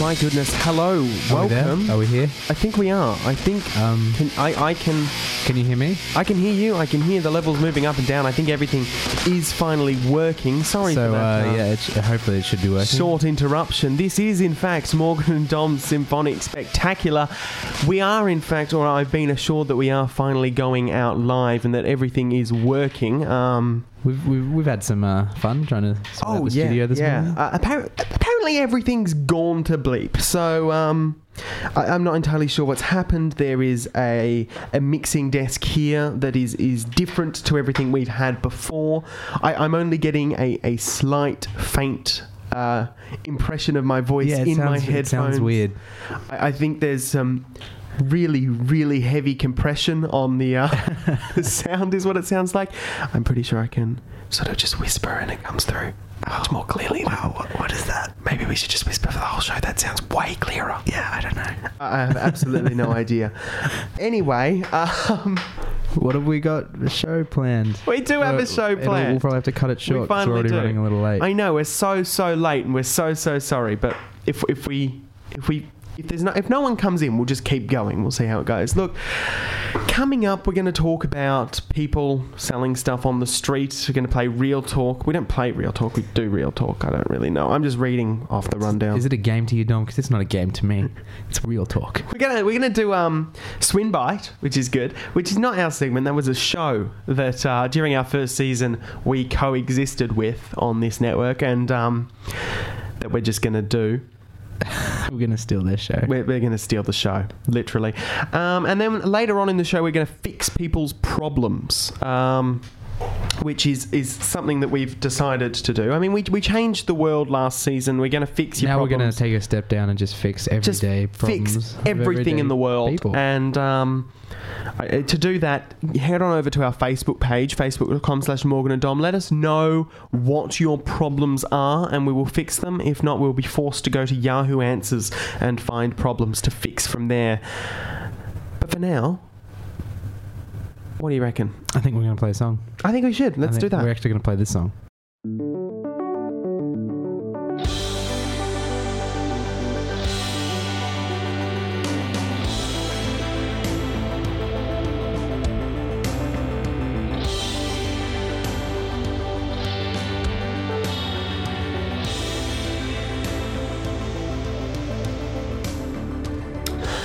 My goodness. Hello. Are we there? Welcome. Are we here? I think we are. I think Um, can, I, I can can you hear me? I can hear you. I can hear the levels moving up and down. I think everything is finally working. Sorry so for that. uh, uh, yeah, it sh- hopefully it should be working. Short interruption. This is, in fact, Morgan and Dom's Symphonic Spectacular. We are, in fact, or I've been assured that we are finally going out live and that everything is working. Um, We've, we've, we've had some uh, fun trying to sort out the studio this morning. Oh, Uh, appar- apparently, everything's gone to bleep. So um, I, I'm not entirely sure what's happened. There is a, a mixing desk here that is, is different to everything we've had before. I, I'm only getting a, a slight, faint. Uh, impression of my voice yeah, it in sounds, my it headphones. sounds weird. I, I think there's some really, really heavy compression on the, uh, the sound, is what it sounds like. I'm pretty sure I can sort of just whisper and it comes through much more clearly. Wow, what, what is that? Maybe we should just whisper for the whole show. That sounds way clearer. Yeah, I don't know. I have absolutely no idea. Anyway, um, What have we got? A show planned. we do have Well, a show it'll- planned. We'll probably have to cut it short. 'cause finally we're already do. running a little late. I know we're so so late and we're so so sorry, but if if we if we if there's no if no one comes in, we'll just keep going. We'll see how it goes. Look, coming up, we're going to talk about people selling stuff on the streets. We're going to play real talk. We don't play real talk. We do real talk. I don't really know. I'm just reading off the rundown. Is it a game to you, Dom? Because it's not a game to me. It's real talk. We're gonna we're gonna do um Swinbite, which is good, which is not our segment. That was a show that uh, during our first season we coexisted with on this network, and um, that we're just gonna do. We're gonna steal this show. We're, we're gonna steal the show, literally. Um, and then later on in the show, we're gonna fix people's problems. Um, which is, is something that we've decided to do. I mean, we, we changed the world last season. We're going to fix your now problems. we're gonna take a step down and just fix everyday problems. fix of everything in everyday the world. people. And um, I- uh, to do that, head on over to our Facebook page, facebook.com slash Morgan and Dom. Let us know what your problems are and we will fix them. If not, we'll be forced to go to Yahoo Answers and find problems to fix from there. But for now, what do you reckon? I think we're gonna play a song. I think we should. I Let's do think We're that. actually gonna play this song.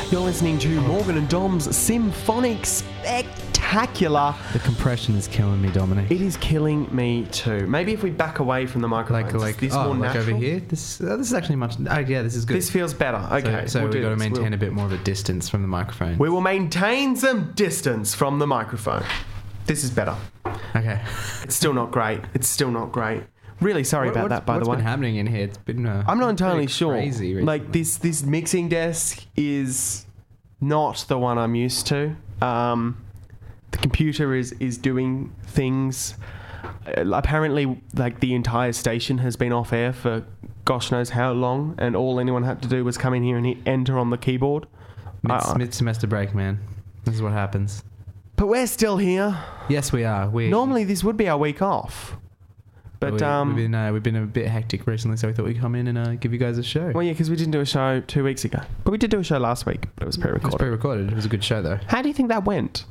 You're listening to Morgan and Dom's Symphonic Spectacular. The compression is killing me, Dominic. It is killing me too. Maybe if we back away from the microphone, like like this oh, more like natural? over here. This uh, this is actually much. Oh yeah, this is good. This feels better. So- Okay, so, we'll we've do got to this. maintain We'll- a bit more of a distance from the microphone. We will maintain some distance from the microphone. This is better. okay. It's still not great. It's still not great. Really sorry about that, by the way. What's been happening in here? It's been. Uh, I'm not pretty entirely sure. Crazy. Like this, this mixing desk is not the one I'm used to. Um, the computer is is doing things. Uh, apparently, like the entire station has been off air for gosh knows how long, and all anyone had to do was come in here and hit enter on the keyboard. mid, I- I- mid semester break, man. This is what happens. But we're still here. Yes, we are. We Normally, this would be our week off. But, we, um, we've been uh, we've been a bit hectic recently, so we thought we'd come in and uh, give you guys a show. well, yeah, because we didn't do a show two weeks ago. But we did do a show last week, but it was pre it was recorded. pre-recorded. It was a good show, though. How do you think that went?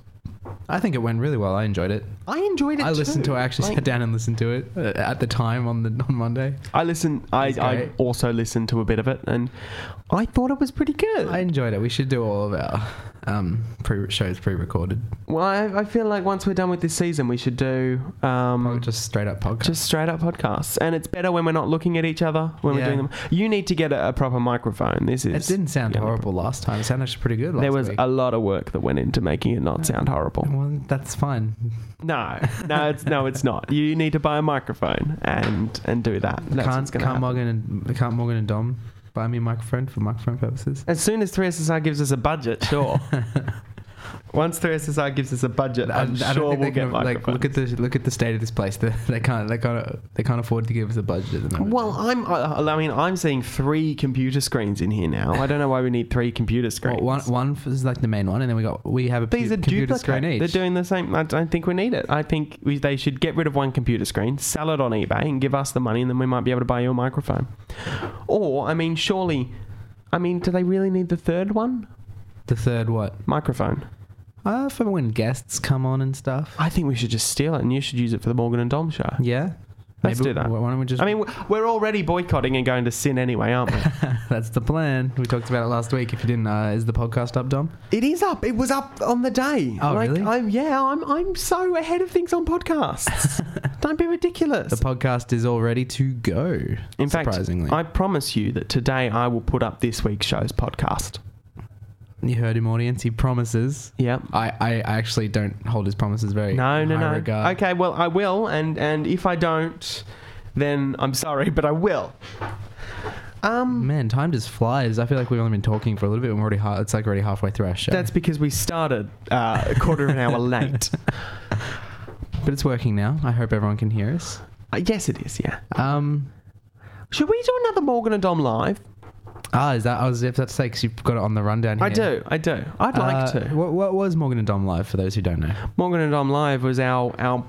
I think it went really well. I enjoyed it. I enjoyed it I listened too. to. I actually Like, sat down and listened to it uh, at the time on the on Monday. I listened. I, It's I great. also listened to a bit of it, and I thought it was pretty good. I enjoyed it. We should do all of our um, pre shows pre-recorded. well, I, I feel like once we're done with this season, we should do um, just, Just straight up podcast. straight up podcasts, and it's better when we're not looking at each other when we're Yeah. doing them. You need to get a, a proper microphone. This it is. didn't sound yeah. horrible last time. It sounded actually pretty good last there was week. a lot of work that went into making it not sound horrible. well, that's fine. No, no, it's no, it's not. You need to buy a microphone and and do that. That's can't what's gonna can't happen. Morgan and can't Morgan and Dom buy me a microphone for microphone purposes? As soon as 3SSR gives us a budget, sure. Once 3SSR gives us a budget, I'm I- I don't sure think they we'll get can, like microphones. look at the look at the state of this place. They, they can't they can't they can't afford to give us a budget at the moment. well, I'm. I I mean, I'm seeing three computer screens in here now. I don't know why we need three computer Well, screens. one one f- is like the main one, and then we got we have a These pu- are computer duplicate. screen each. They're doing the same. I don't think we need it. I think we, they should get rid of one computer screen, sell it on eBay, and give us the money, and then we might be able to buy your microphone. Or, I mean, surely I mean, do they really need the third one? The third what? Microphone. Uh, for when guests come on and stuff. I think we should just steal it, and you should use it for the Morgan and Dom show. Yeah. Let's do that. Why don't we just? I mean, w- we're already boycotting and going to sin anyway, aren't we? that's the plan. We talked about it last week. If you didn't, uh, is the podcast up, Dom? it is up. It was up on the day. Oh, really? I'm, yeah, I'm, I'm so ahead of things on podcasts. Don't be ridiculous. The podcast is all ready to go. In fact, surprisingly, I promise you that today I will put up this week's show's podcast. you heard him, audience. He promises. Yeah. I, I I actually don't hold his promises very No, no, high no. regard. Okay, well, I will, and and if I don't, then I'm sorry, but I will. Um, Man, time just flies. I feel like we've only been talking for a little bit, and we're already ha- it's like already halfway through our show. that's because we started uh, a quarter of an hour late. but it's working now. I hope everyone can hear us. Uh, yes, it is. Yeah. Um, Should we do another Morgan and Dom live? ah, is that I was if that's because you've got it on the rundown. Here. I do. I do. I'd like Uh, to. What, what was Morgan and Dom live for those who don't know? Morgan and Dom Live was our our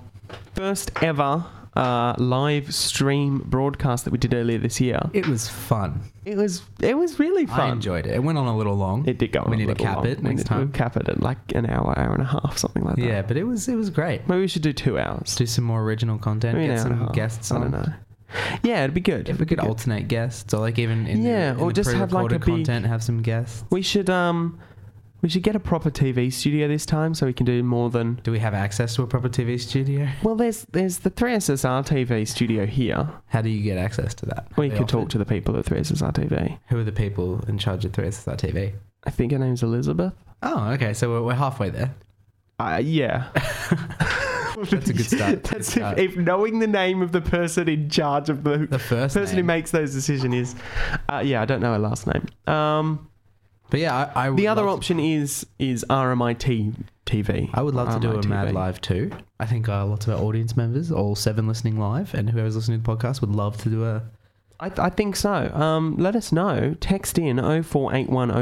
first ever uh, live stream broadcast that we did earlier this year. It was fun. It was it was really fun. I enjoyed it. It went on a little long. It did go. We on a need to little cap long. it We next need to time. Cap it at like an hour, hour and a half, something like that. Yeah, but it was it was great. Maybe we should do two hours. Do some more original content. Maybe an get hour and a some half. guests I on. don't know. Yeah, it'd be good. If we could alternate guests, or like even in Yeah, the, in or the just have like a pre-recorded big- content, have some guests. we should um, we should get a proper TV studio this time so we can do more than. Do we have access to a proper TV studio? Well, there's there's the 3SSR TV studio here. How do you get access to that? We They could offer- talk to the people at 3SSR TV. Who are the people in charge of 3SSR TV? I think her name's Elizabeth. Oh, okay. So we're, we're halfway there. Uh, yeah. That's a good start. That's Good start. if, if knowing the name of the person in charge of the, The first person who name. makes those decisions is. Uh, yeah, I don't know her last name. Um, But yeah, I, I would the other love option is is RMIT TV. I would love to do a RMITV. Mad Live too. I think uh, lots of our audience members, all seven listening live, and whoever's listening to the podcast would love to do a. I, I think so. Um, let us know. Text in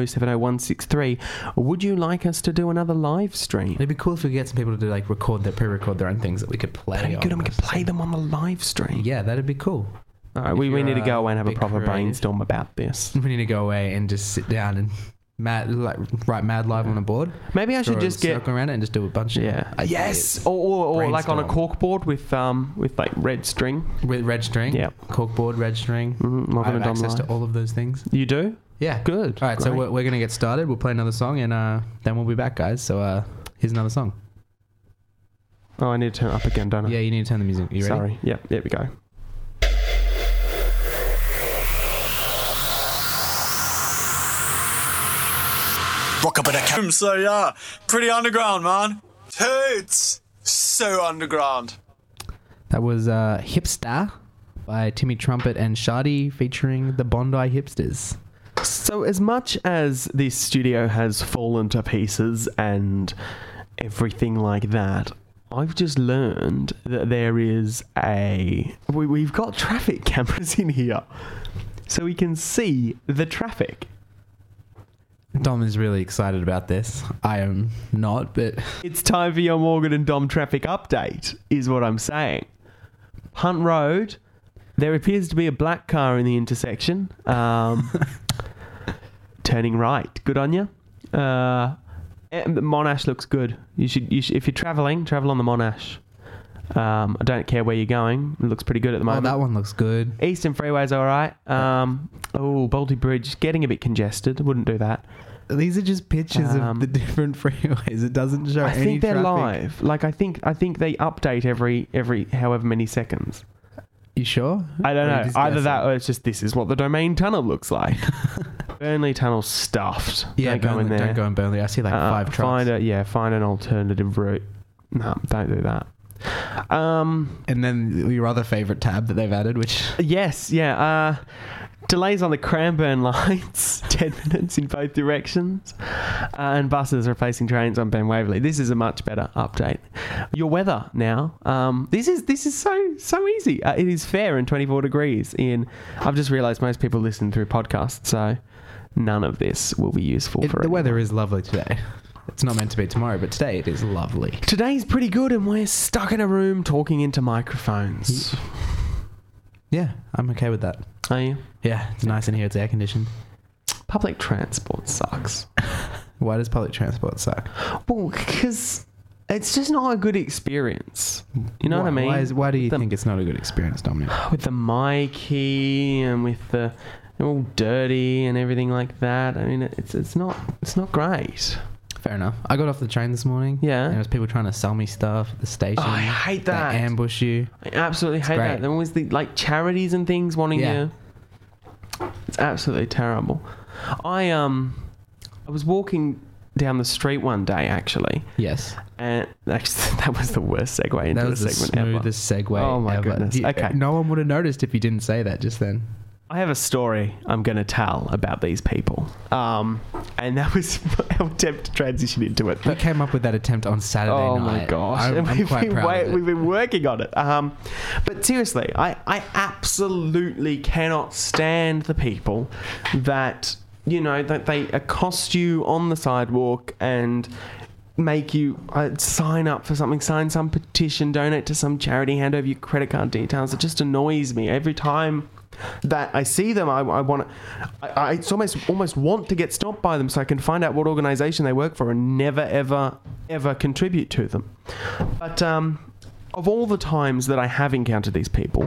0481070163. Would you like us to do another live stream? It'd be cool if we could get some people to do like record their pre-record their own things that we could play. That'd be good, on and we could play them on the live stream. Yeah, that'd be cool. All right, If we, we you're need to a go away and have a bit proper creative. brainstorm about this. We need to go away and just sit down and mad like write Mad Live on a board. Maybe I should Draw a just get circle around it and just do a bunch. Yeah. Of yes. Or, or, or like on a Brainstorm. cork board with um with like red string. with red string. Yeah. corkboard red string. Mhm, I Morgan have and Dom access to Live. all of those things. You do? Yeah, Good. All right, so Great. we're, we're gonna get started. We'll play another song and uh, then we'll be back, guys. So uh, here's another song. oh, I need to turn it up again, don't I? Yeah, you need to turn the music. You ready? Sorry. Yep. There we go. rock up in a room. So yeah, pretty underground, man. Toots, so underground. That was uh, Hipster by Timmy Trumpet and Shardy featuring the Bondi Hipsters. So as much as this studio has fallen to pieces and everything like that. I've just learned that there is a. We, we've got traffic cameras in here. So we can see the traffic. Dom is really excited about this. I am not, but It's time for your Morgan and Dom traffic update, is what I'm saying. Hunt Road, there appears to be a black car in the intersection. Um, turning right, good on you. Uh, and the Monash looks good. You should, you should, if you're traveling, travel on the Monash. Um, I don't care where you're going. It looks pretty good at the oh, moment. that one looks good. Eastern Freeway's all right. Um, oh, Baldy Bridge getting a bit congested. Wouldn't do that. These are just pictures Um, of the different freeways. It doesn't show. I any think they're traffic. live. Like I think I think they update every every however many seconds. You sure? I don't Or you know. Hmm? just Either guessing? that or it's just this is what the domain tunnel looks like. Burnley tunnel stuffed. Yeah, don't go in Burnley- there. Don't go in Burnley. I see like Uh, five trucks. Find a yeah. Find an alternative route. No, don't do that. Um. And then your other favorite tab that they've added, which Yes. Yeah. Uh. Delays on the Cranbourne lines, 10 minutes in both directions, uh, and buses replacing trains on Ben Waverley. This is a much better update. Your weather now. Um, this is this is so so easy. Uh, it is fair and 24 degrees. In I've just realised most people listen through podcasts, so none of this will be useful it, for the anyone. weather is lovely today. It's not meant to be tomorrow, but today it is lovely. Today's pretty good, and we're stuck in a room talking into microphones. Yeah, I'm okay with that. Are you? Yeah, it's nice in here. It's air conditioned. Public transport sucks. Why does public transport suck? Well, because it's just not a good experience. You know why, what I mean? Why, is, why do you The- think it's not a good experience, Dominic? with the my key and with the they're all dirty and everything like that. I mean, it's it's not it's not great. Fair enough. I got off the train this morning. Yeah. And there was people trying to sell me stuff at the station. Oh, I hate that. They ambush you. I absolutely hate great. that. There was the like charities and things wanting Yeah. you. It's absolutely terrible. I um, I was walking down the street one day actually, Yes. and actually, that was the worst segue into That was the the segment ever. smoothest segue Oh my ever. goodness. You- Okay. No one would have noticed if you didn't say that just then. I have a story I'm going to tell about these people, um, and that was our attempt to transition into it. We came up with that attempt on Saturday oh night. my gosh! Oh I'm, And I'm we've, quite been proud wa- of it. we've been working on it. Um, but seriously, I, I absolutely cannot stand the people that you know that they accost you on the sidewalk and make you uh, sign up for something, sign some petition, donate to some charity, hand over your credit card details. It just annoys me every time that I see them. I, I want to. I, I it's almost almost want to get stopped by them so I can find out what organisation they work for and never ever ever contribute to them. But um, of all the times that I have encountered these people,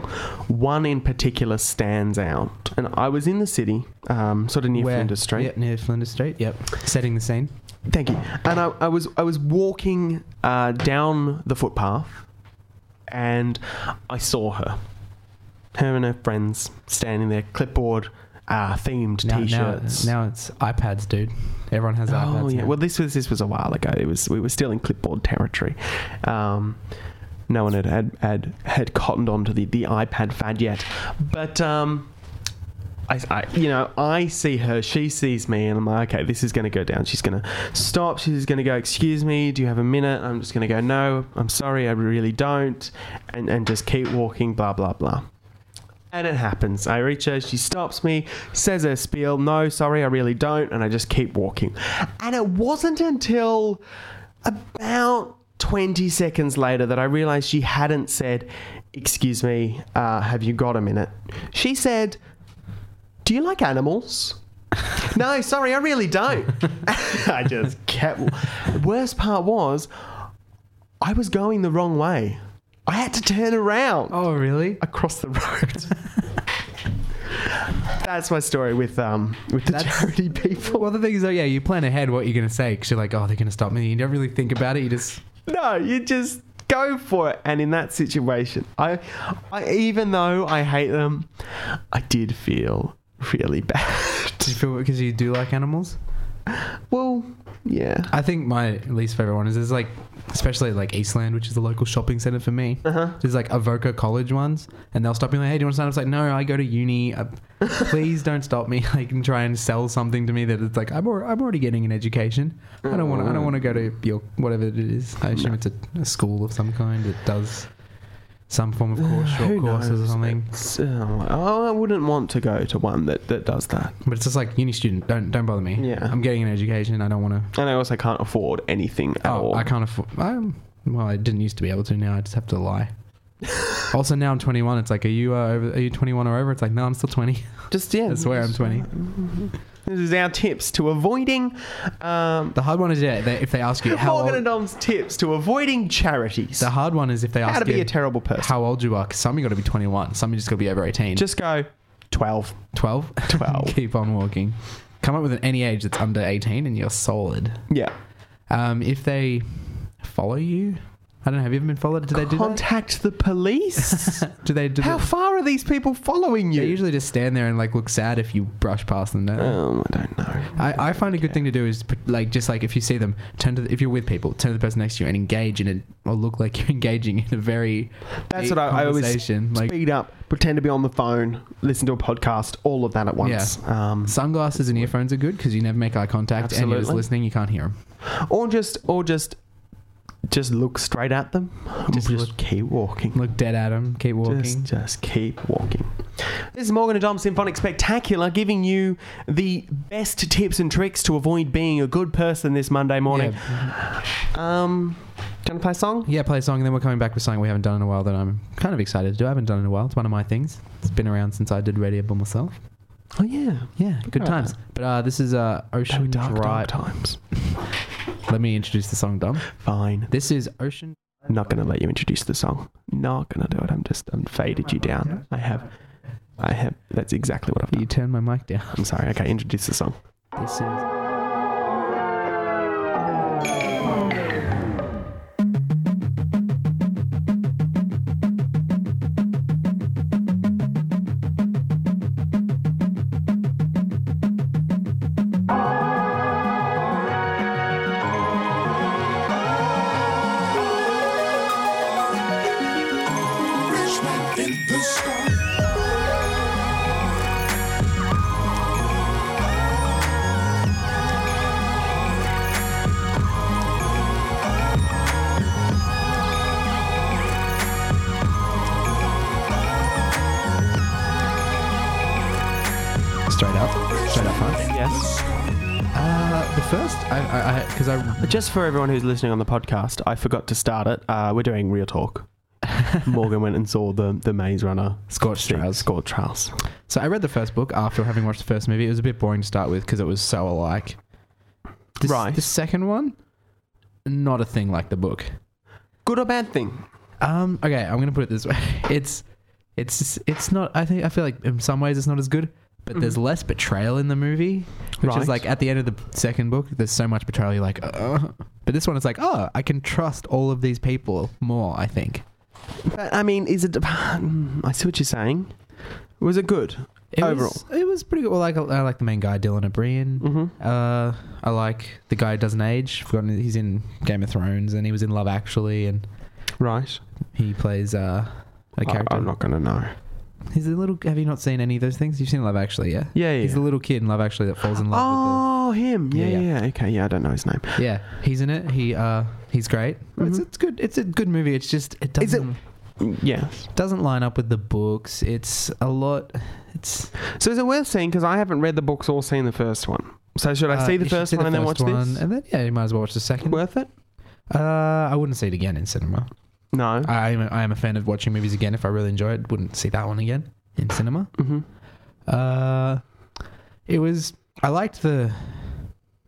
one in particular stands out. And I was in the city, um, sort of near Where- Flinders Street. Yep, near Flinders Street. Yep. Setting the scene. Thank you. And I, I was I was walking uh, down the footpath, and I saw her, her and her friends standing there, clipboard, uh, themed Now, now, t-shirts. now it's iPads, dude. Everyone has iPads. oh yeah. now. Well, this was this was a while ago. It was we were still in clipboard territory. Um, no one had had had, had cottoned onto the the iPad fad yet, but. Um, I, I- you know, I see her, she sees me, and I'm like, okay, this is going to go down. She's going to stop. She's going to go, excuse me, do you have a minute? I'm just going to go, no, I'm sorry, I really don't, and and just keep walking, blah blah blah. And it happens. I reach her, she stops me, says her spiel, no, sorry, I really don't, and I just keep walking. And it wasn't until about 20 seconds later that I realized she hadn't said, Excuse me, uh, have you got a minute? She said, Do you like animals? no, sorry, I really don't. I just kept. Worst part was, I was going the wrong way. I had to turn around Oh really? across the road. That's my story with um with the That's- charity people. Well, the thing is, though, yeah, you plan ahead what you're gonna say because you're like, oh, they're gonna stop me. You don't really think about it. You just No, you just go for it. And in that situation, I, I even though I hate them, I did feel really bad. do you feel because you do like animals. well, yeah. I think my least favorite one is there's like, especially like Eastland, which is the local shopping center for me. Uh-huh. There's like Avoca College ones, and they'll stop me like, hey, do you want to sign up? It's like, no, I go to uni. Uh, please don't stop me. Like, and try and sell something to me that it's like I'm, al- I'm already getting an education. I don't want. I Mm. don't want to go to your whatever it is. I assume it's a, a school of some kind that does some form of course, short Who courses or knows? something. It's, uh, oh, I wouldn't want to go to one that, that does that. But it's just like uni student. Don't don't bother me. Yeah. I'm getting an education. I don't want to. And I also can't afford anything at Oh, all. I can't afford. I'm, well, I didn't used to be able to. Now I just have to lie. also, now I'm 21. It's like, are you uh, over, are you 21 or over? It's like, no, I'm still 20. Just yeah. I swear I'm 20. This is our tips to avoiding um, The hard one is yeah. They, if they ask you how Morgan and old, Dom's tips to avoiding charities. the hard one is if they ask How to be you a terrible person. how old you are. 'cause some you got to be 21. Some you just got to be over 18. Just go 12. 12. 12. Keep on walking. Come up with an any age that's under 18 and you're solid. Yeah. Um, if they follow you, I don't know. Have you ever been followed? Do they do that? Contact the police. Do they do How they- far are these people following They you? usually just stand there and like look sad if you brush past them. Don't they? Um, I don't know. I, I find a good thing to do is put- like just like if you see them, turn to the, if you're with people, turn to the person next to you and engage in it or look like you're engaging in a very That's deep what I, I always conversation. like speed up, pretend to be on the phone, listen to a podcast, all of that at once. Um, sunglasses and earphones are good because you never make eye contact and you're just Absolutely. listening. You can't hear them. or just, or just, just look straight at them. Just, Just look- keep walking. Look dead at them. Keep walking. Just, just keep walking. This is Morgan and Dom Symphonic Spectacular giving you the best tips and tricks to avoid being a good person this Monday morning. Yeah, Um, do you want to play a song? yeah, play a song and then we're coming back with something we haven't done in a while that I'm kind of excited to do. I haven't done in a while. It's one of my things. It's been around since I did radio by myself. Oh yeah, Yeah, good times. But uh, this is uh, They were Ocean dark, dark Drive. times. Let me introduce the song, Dom. Fine. This is Ocean. Not gonna let you introduce the song. Not gonna do it. I'm just I'm faded you down. I have, I have. That's exactly what I've You done. turn my mic down. I'm sorry. Okay, introduce the song. This is. straight up, straight up front. Yes. Uh, the first, I, I, because I, Just for everyone who's listening on the podcast, I forgot to start it. Uh, we're doing real talk. Morgan went and saw the the Maze Runner Scorched thing, Trials. Scorched Trials. So I read the first book after having watched the first movie. It was a bit boring to start with because it was so alike. The, s- Right. The second one, not a thing like the book. Good or bad thing? Um. Okay, I'm gonna put it this way. It's, it's, it's not. I think I feel like in some ways it's not as good. But there's less betrayal in the movie, which Right. is like at the end of the second book, there's so much betrayal. You're like, uh. But this one is like, oh, I can trust all of these people more. I think. But I mean, is it? Mm, I see what you're saying. Was it good It overall? was, it was pretty good. Well, like I like the main guy, Dylan O'Brien. Mm-hmm. Uh, I like the guy who doesn't age. Forgotten he's in Game of Thrones and he was in Love Actually and Right. he plays uh, a character. I, am not gonna know. he's a little. Have you not seen any of those things? You've seen Love Actually, yeah. Yeah, yeah, He's the yeah. little kid in Love Actually that falls in love. Oh, him. Yeah, Yeah, yeah, yeah. Okay, yeah. I don't know his name. with the, Yeah, he's in it. He uh, he's great. It's, it's good. It's a good movie. It's just it Mm-hmm. Is it- doesn't Yes. doesn't line up with the books. It's a lot. It's So is it worth seeing? Because I haven't read the books or seen the first one. So should I uh, see the you should first see one and then watch first one, this? And then yeah, you might as well watch the second. Worth it? Uh, I wouldn't see it again in cinema. No. I am, I am a fan of watching movies again. If I really enjoy it, wouldn't see that one again in cinema. mm-hmm. Uh, it was. I liked the.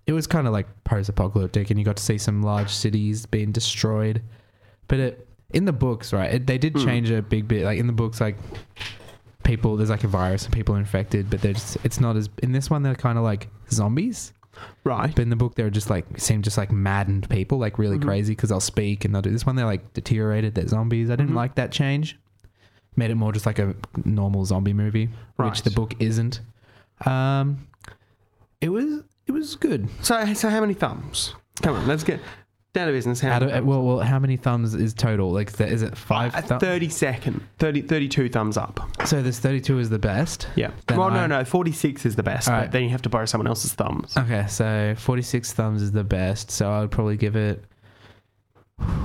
It was kind of like post-apocalyptic, and you got to see some large cities being destroyed. But it in the books, right? It, they did change a big bit. Like in the books, like people there's like a virus and people are infected, but they're just it's not as in this one. They're kind of like zombies. Right. But in the book, they're just like seem just like maddened people, like really Mm-hmm. crazy because they'll speak and they'll do this one. They're like deteriorated. They're zombies. I Mm-hmm. didn't like that change. Made it more just like a normal zombie movie, Right. which the book isn't. Um, it was it was good. So, so how many thumbs? Come on, let's get down to business. How Out many of, uh, well, well, how many thumbs is total? Like, th- is it five? thumbs? thum- 30 second, 30, 32 thumbs up. so this thirty-two is the best. Yeah. Then well, I- no, no, 46 is the best, All but right. then you have to borrow someone else's thumbs. Okay, so forty-six thumbs is the best. So I would probably give it.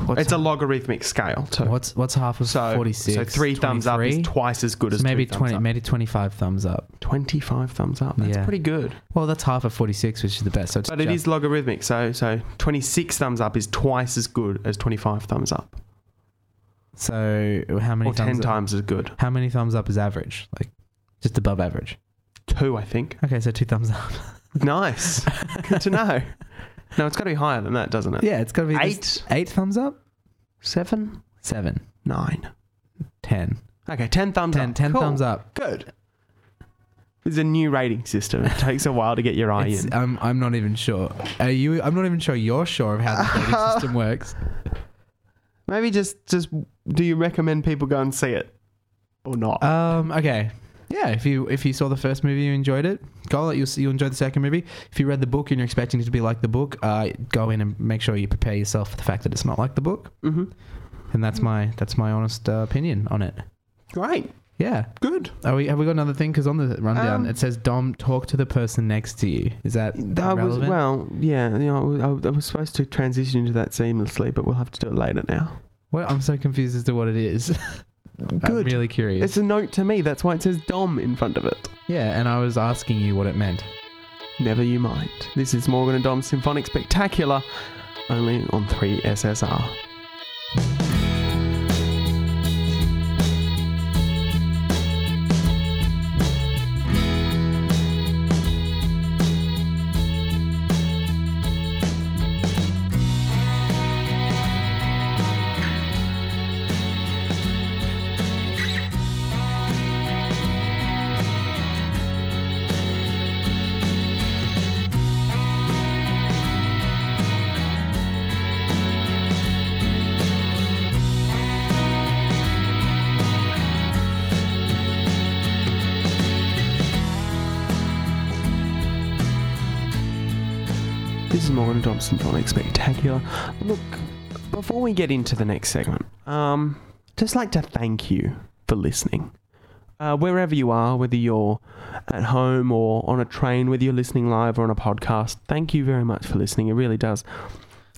What's it's a logarithmic scale, too. what's what's half of so, forty-six? so three thumbs up is twice as good So as maybe two thumbs 20 up. maybe 25 thumbs up 25 thumbs up. That's Yeah. pretty good. well that's half of 46 which is the best so it's But it just- is logarithmic, so so 26 thumbs up is twice as good as 25 thumbs up, so how many or 10 thumbs up, times as good. how many thumbs up is average like just above average Two, I think. okay so two thumbs up Nice. good to know. No, it's got to be higher than that, doesn't it? yeah it's gotta be this- eight thumbs up Seven, seven nine. ten Okay, 10 thumbs ten up. ten Oh, Cool. thumbs up Good. There's a new rating system. It takes a while to get your eye It's- in. I'm, I'm not even sure are you i'm not even sure you're sure of how the rating system works Maybe just just do you recommend people go and see it or not? um okay yeah, if you if you saw the first movie, you enjoyed it. Go, you'll see- you'll enjoy the second movie. If you read the book and you're expecting it to be like the book, uh, go in and make sure you prepare yourself for the fact that it's not like the book. hmm and that's my that's my honest uh, opinion on it. Great. Yeah. Good. Are we, have we got another thing? Because on the rundown Um, it says Dom, talk to the person next to you. Is that That was relevant? well, yeah. You know, I, I was supposed to transition into that seamlessly, but we'll have to do it later now. Well, I'm so confused as to what it is. I'm Good. really curious. It's a note to me. That's why it says Dom in front of it. yeah, and I was asking you what it meant. Never you mind. This is Morgan and Dom Symphonic Spectacular, only on 3SSR. This is Morgan Thompson from Like Spectacular. Look, before we get into the next segment, um, just like to thank you for listening. Uh, wherever you are, whether you're at home or on a train, whether you're listening live or on a podcast, thank you very much for listening. It really does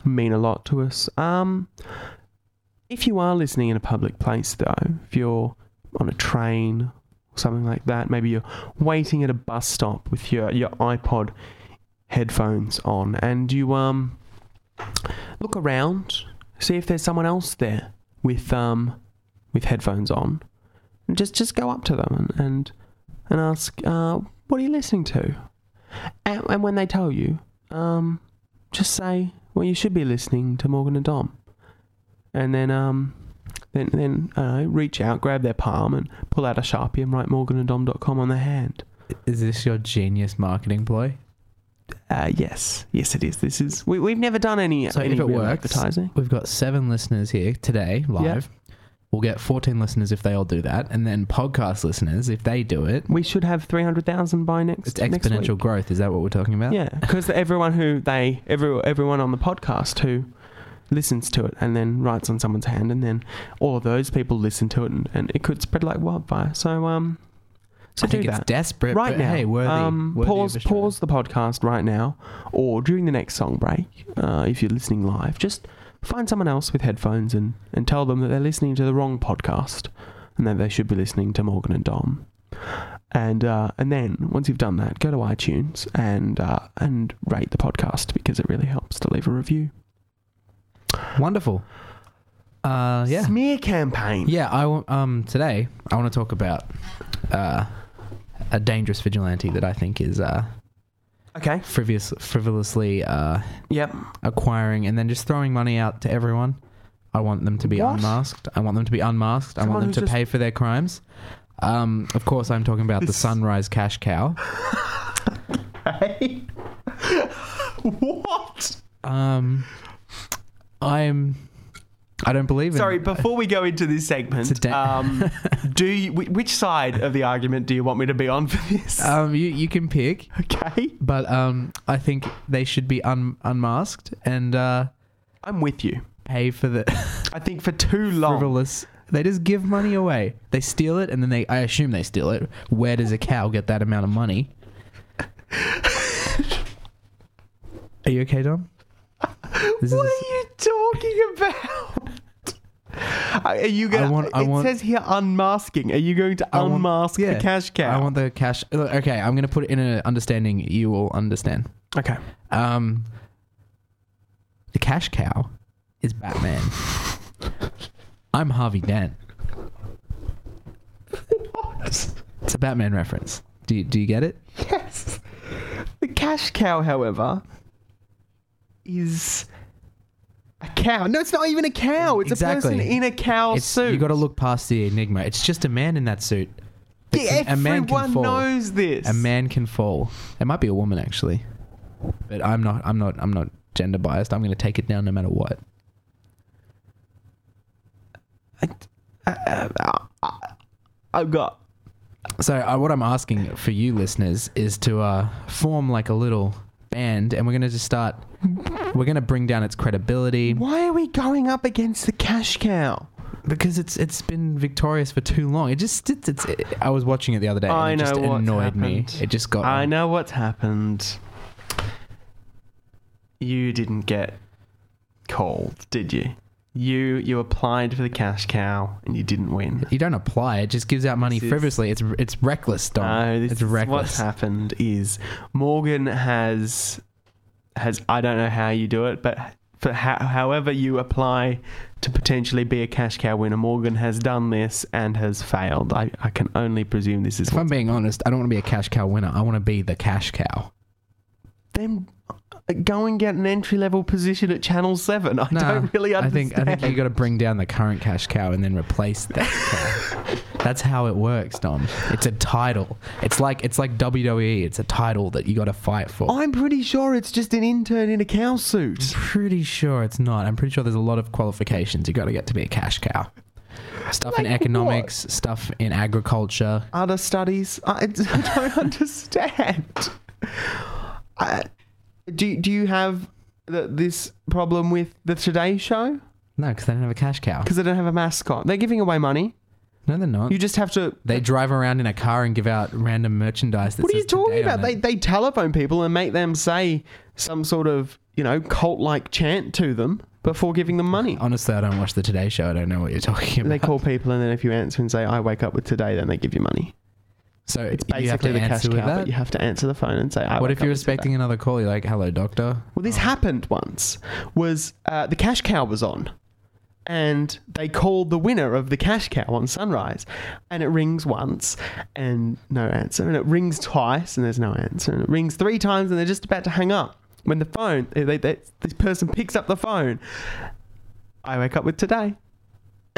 mean a lot to us. Um, if you are listening in a public place, though, if you're on a train or something like that, maybe you're waiting at a bus stop with your, your iPod headphones on and you um look around, see if there's someone else there with um with headphones on. And just just go up to them and and, and ask, uh, what are you listening to? And, and when they tell you, um, just say, well, you should be listening to Morgan and Dom. And then um, then then I don't know, reach out, grab their palm, and pull out a sharpie and write morgananddom.com on their hand. Is this your genius marketing ploy? Uh, yes, yes, it is. This is we, we've never done any So any if it real works, advertising. we've got seven listeners here today live. We'll get 14 listeners if they all do that, and then podcast listeners if they do it. We should have three hundred thousand by next. It's next exponential week. growth. Is that what we're talking about? Yeah, because everyone who they every, everyone on the podcast who listens to it and then writes on someone's hand, and then all of those people listen to it, and, and it could spread like wildfire. So um, so I think do it's that. desperate. right but now. hey, worthy. um, worthy of pause, a shout. pause the podcast right now, or during the next song break, uh, if you're listening live, just find someone else with headphones and, and tell them that they're listening to the wrong podcast, and that they should be listening to Morgan and Dom. And uh, and then once you've done that, go to iTunes and uh, and rate the podcast because it really helps to leave a review. Wonderful. Uh, yeah. smear campaign. Yeah, I w- um today I want to talk about uh, a dangerous vigilante that I think is uh, Okay. frivolous, frivolously uh, Yep. acquiring and then just throwing money out to everyone. I want them to be What? unmasked. I want them to be unmasked. I Someone want them who to just- pay for their crimes. Um, of course, I'm talking about the Sunrise Cash Cow. what? Um, I'm. I don't believe in. Sorry, before we go into this segment, It's a da- um, do you, wh- which side of the argument do you want me to be on for this? Um, you you can pick. okay, but um, I think they should be un- unmasked and uh, I'm with you. pay for the I think for too long, frivolous. They just give money away. They steal it, and then they—I assume they steal it. Where does a cow get that amount of money? Are you okay, Dom? This what is- are you talking about? Are you I going? want- It I want- says here unmasking. Are you going to I want- unmask yeah, the cash cow? I want the cash. look, Okay, I'm gonna put it in an understanding you will understand. okay. Um, the cash cow is Batman. I'm Harvey Dent. It's a Batman reference. Do you, do you get it? Yes. The cash cow, however, is a cow. No, it's not even a cow. It's Exactly. a person in a cow It's, suit. You got to look past the enigma. It's just a man in that suit. That Yeah, can- a man everyone can fall. knows this. A man can fall. It might be a woman actually, but I'm not. I'm not. I'm not gender biased. I'm going to take it down no matter what. uh, I've got. So uh, what I'm asking for you listeners is to uh, form like a little band, and we're gonna just start. We're gonna bring down its credibility Why are we going up against the cash cow? because it's it's been victorious for too long. It just it's. it's it, I was watching it the other day. I and it just know what's annoyed happened. me. It just got. I know what's happened. You didn't get called, did you? You you applied for the cash cow and you didn't win. You don't apply. It just gives out money This is- frivolously. It's it's reckless, Dom. No, this Um, it's is what's reckless. happened is Morgan has has I don't know how you do it, but for ho- however you apply to potentially be a cash cow winner, Morgan has done this and has failed. I, I can only presume this is If what. I'm being honest, I don't want to be a cash cow winner. I want to be the cash cow. Then uh, go and get an entry level position at Channel Seven. I Nah, don't really I understand. think I think you got to bring down the current cash cow and then replace that. cow. That's how it works, Dom. It's a title. It's like it's like WWE. It's a title that you got to fight for. I'm pretty sure it's just an intern in a cow suit. pretty sure it's not. I'm pretty sure there's a lot of qualifications you got to get to be a cash cow. Stuff in Like what? economics, stuff in agriculture. Other studies, I, I don't understand. I, Do do you have the, this problem with the Today Show? No, because they don't have a cash cow. Because they don't have a mascot. They're giving away money. No, they're not. You just have to. they drive around in a car and give out random merchandise. That What are you says today talking on about? it. They they telephone people and make them say some sort of you know cult like chant to them before giving them money. Honestly, I don't watch the Today Show. I don't know what you're talking about. They call people and then if you answer and say I wake up with today, then they give you money. so It's you have basically to the cash answer with cow, but that. you have to answer the phone and say I. what wake if you're up with today. expecting another call? You're like, "Hello, doctor." Well, this happened once. Was uh, the cash cow was on, and they called the winner of the cash cow on Sunrise, and it rings once and no answer, and it rings twice and there's no answer, and it rings three times and they're just about to hang up when the phone they, they, they- this person picks up the phone. I wake up with today.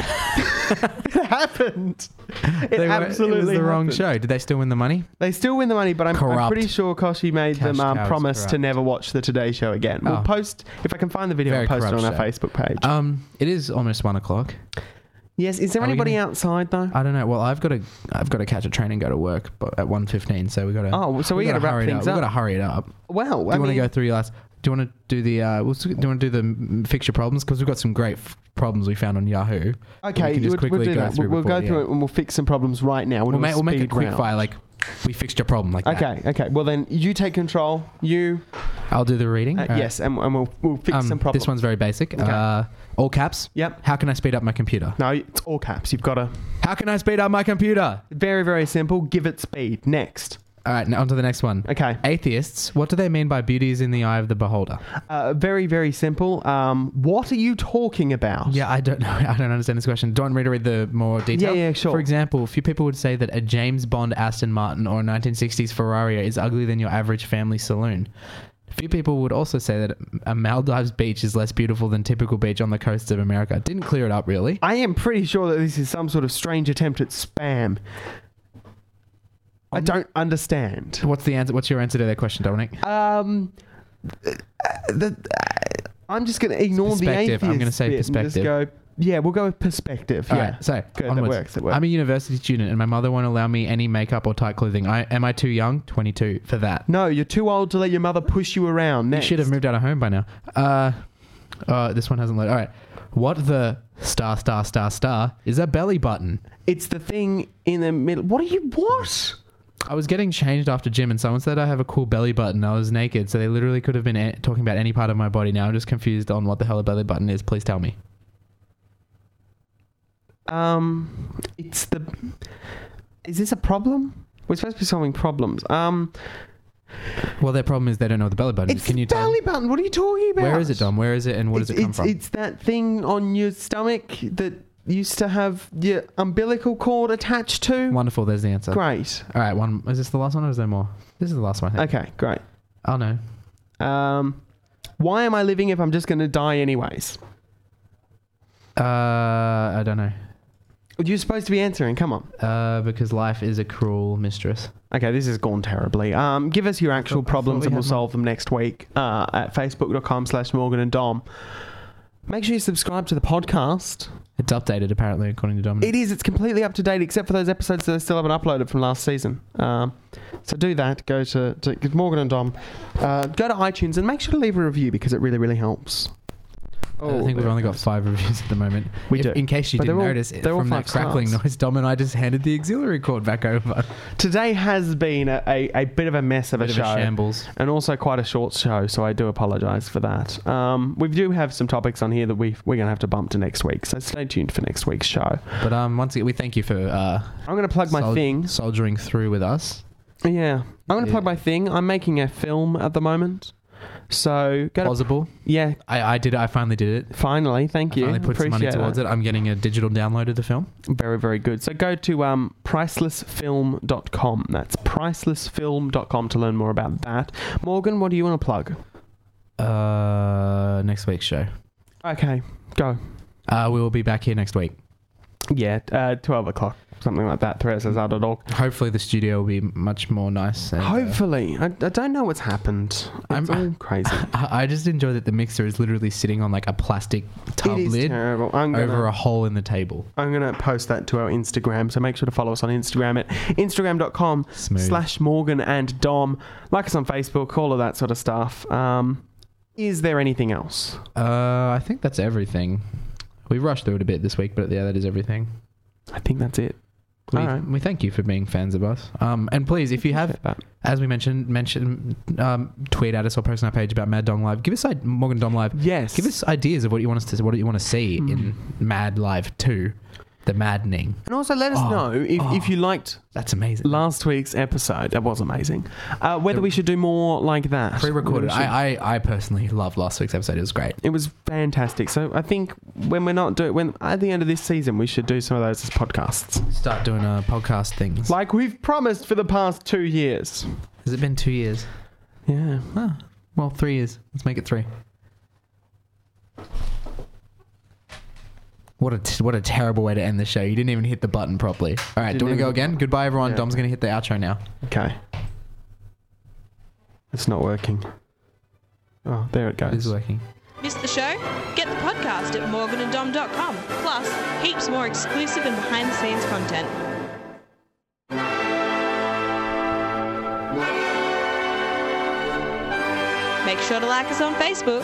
it happened. It They were- absolutely it was the wrong happened. show. Did they still win the money? They still win the money, but I'm, I'm Corrupt. pretty sure Koshi made Cash them um, cows, promise to corrupt. never watch the Today Show again. We'll Oh. post if I can find the video. Very I'll post it on corrupt our show. Facebook page. Um, it is almost one o'clock. yes, is there are we anybody gonna- Uh, outside though? I don't know. Well, I've got to, I've got to catch a train and go to work, but at one fifteen. So we got to. Oh, so we gotta wrap hurry it things up. up. We got to hurry it up. well, Do I you want to mean, go through your last? Do you want to do the? Uh, we'll, do you want to do the mm, fix your problems? Because we've got some great f- problems we found on Yahoo. okay, can just we'll, quickly we'll do go that. through We'll, we'll before go the through end. it and we'll fix some problems right now. We'll, We'll, ma- we'll make a speed quick round. fire. Like we fixed your problem. Like that. Okay, okay. Well then, you take control. You I'll do the reading. uh, All right. yes, and, and we'll we'll fix Um, some problems. This one's very basic. Okay. Uh, all caps. Yep. How can I speed up my computer? No, it's all caps. You've got to How can I speed up my computer? very very simple. Give it speed. Next. All right, now on to the next one. Okay. Atheists, what do they mean by beauty is in the eye of the beholder? Uh, very very simple. Um, what are you talking about? Yeah, I don't know. I don't understand this question. Do you want me to read the more detail? Yeah, yeah, sure. For example, few people would say that a James Bond Aston Martin or a 1960s Ferrari is ugly than your average family saloon. Few people would also say that a Maldives beach is less beautiful than typical beach on the coast of America. Didn't clear it up, really. I am pretty sure that this is some sort of strange attempt at spam. I don't understand. What's the answer? What's your answer to that question, Dominic? Um, uh, the, uh, I'm just going to ignore the Perspective. atheist. I'm gonna say bit and just perspective. go- yeah, we'll go with perspective. All yeah. right, so Good, that onwards. works. That works. I'm a university student, and my mother won't allow me any makeup or tight clothing. I am I too young? 22 for that. no, you're too old to let your mother push you around. You Next. should have moved out of home by now. Uh, uh, this one hasn't loaded. All right, what the star star star star is a belly button? It's the thing in the middle. What are you? What? I was getting changed after gym, and someone said I have a cool belly button. I was naked, so they literally could have been a- talking about any part of my body. Now I'm just confused on what the hell a belly button is. Please tell me. Um, it's the. Is this a problem? We're supposed to be solving problems. Um, Well, their problem is they don't know what the belly button it's is. Can you tell? belly button. What are you talking about? Where is it, Dom? Where is it, and what it's, does it come it's, from? It's that thing on your stomach that used to have your umbilical cord attached to. Wonderful. There's the answer. Great. All right, one. Is this the last one, or is there more? This is the last one. I think. Okay, great. Oh no. Um, why am I living if I'm just going to die anyways? Uh, I don't know. You're supposed to be answering. Come on. Uh, because life is a cruel mistress. Okay, this has gone terribly. Um, give us your actual thought- I thought problems we and we'll had one. solve them next week uh, at facebook.com slash Morgan and Dom. Make sure you subscribe to the podcast. It's updated apparently, according to Dominic. It is. It's completely up to date, except for those episodes that I still haven't uploaded from last season. Um, so do that. Go to, to give Morgan and Dom. Uh, go to iTunes and make sure to leave a review because it really, really helps. I think we've only got five reviews at the moment. We If- do. In case you But they're didn't all- notice, it, they're all from that five stars. crackling noise, Dom and I just handed the auxiliary cord back over. Today has been a, a, a bit of a mess of a, Bit of show. a shambles. and also quite a short show, so I do apologise for that. Um, we do have some topics on here that we we're going to have to bump to next week, so stay tuned for next week's show. But um, once again, we thank you for uh, I'm going to plug my sol- thing. soldiering through with us. Yeah, I'm going to Yeah. plug my thing. I'm making a film at the moment, so go to, Plausible. yeah, I, I did. it. I finally did it. Finally, thank you. I finally put some money Appreciate towards that. it. I'm getting a digital download of the film. Very, very good. So go to um, pricelessfilm.com. That's pricelessfilm.com to learn more about that. Morgan, what do you want to plug? Uh, next week's show. Okay, go. Uh, we will be back here next week. yeah, uh, twelve o'clock, something like that. Tourette's Azada Dog. Hopefully, the studio will be much more nice. And, uh, Hopefully, I, I don't know what's happened. It's I'm- all crazy. uh, I I just enjoy that the mixer is literally sitting on like a plastic tub it is lid terrible. I'm gonna, over a hole in the table. I'm gonna post that to our Instagram. So make sure to follow us on Instagram at instagram.com Smooth. slash Morgan and Dom. Like us on Facebook, all of that sort of stuff. Um, is there anything else? Uh, I think that's everything. We rushed through it a bit this week, but yeah, that is everything. I think that's it. We, All right. we thank you for being fans of us. Um, and please, if you have, Appreciate that. as we mentioned, mention, um, tweet at us or post on our page about Mad Dong Live. Give us I- Morgan Dom Live. Yes. Hmm. Give us ideas of what you want us to, what you want to see in Mad Live Two, the maddening. and also let us Oh, know if, oh. if you liked That's amazing. last week's episode. That was amazing. Uh, whether we should do more like that. Whether Pre-recorded. we should- I, I, I personally loved last week's episode. It was great. it was fantastic. So I think when we're not doing when at the end of this season, we should do some of those as podcasts, Start doing uh, podcast things. like we've promised for the past two years. Has it been two years? Yeah. Oh, well, three years. Let's make it three. What a t- what a terrible way to end the show. You didn't even hit the button properly. All right, do Didn't you want to go even- again? Goodbye, everyone. Yeah. Dom's gonna hit the outro now. Okay. It's not working. Oh, there it goes. It is working. Missed the show? Get the podcast at morgananddom.com. Plus, heaps more exclusive and behind the scenes content. Make sure to like us on Facebook.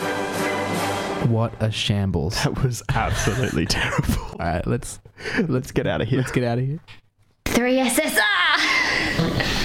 What a shambles. All That was absolutely terrible. right, let's Let's get out of here. let's get out of here. 3SSR!